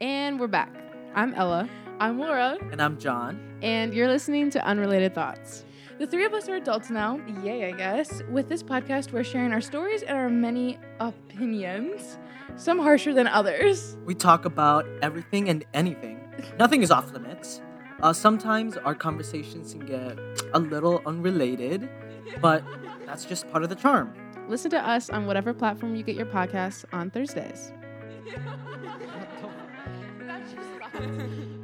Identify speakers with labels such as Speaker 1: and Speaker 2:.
Speaker 1: And we're back. I'm Ella,
Speaker 2: I'm Laura.
Speaker 3: And I'm John.
Speaker 1: and you're listening to Unrelated Thoughts.
Speaker 2: The three of us are adults now. Yay, I guess. With this podcast, we're sharing our stories and our many opinions, some harsher than others.
Speaker 3: We talk about everything and anything. Nothing is off limits. Uh, sometimes our conversations can get a little unrelated, but that's just part of the charm.
Speaker 1: Listen to us on whatever platform you get your podcasts on Thursdays.
Speaker 2: That's just